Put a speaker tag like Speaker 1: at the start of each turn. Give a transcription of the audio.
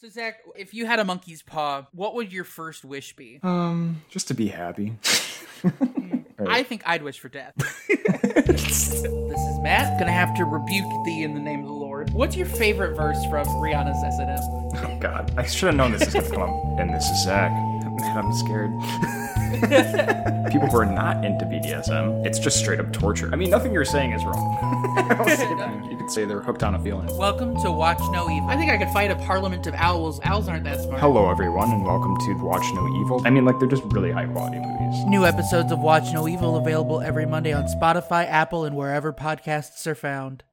Speaker 1: So Zach, if you had a monkey's paw, what would your first wish be?
Speaker 2: Um, just to be happy.
Speaker 1: I think I'd wish for death. this is Matt. Gonna have to rebuke thee in the name of the Lord. What's your favorite verse from Rihanna's S&M?
Speaker 2: Oh God, I should have known this is gonna come up. And this is Zach. Man, I'm scared. People who are not into BDSM, it's just straight up torture. I mean, nothing you're saying is wrong. I'll say that. you could say they're hooked on a feeling.
Speaker 1: Welcome to Watch No Evil. I think I could fight a parliament of owls. Owls aren't that smart.
Speaker 2: Hello, everyone, and welcome to Watch No Evil. I mean, like, they're just really high quality movies.
Speaker 1: New episodes of Watch No Evil available every Monday on Spotify, Apple, and wherever podcasts are found.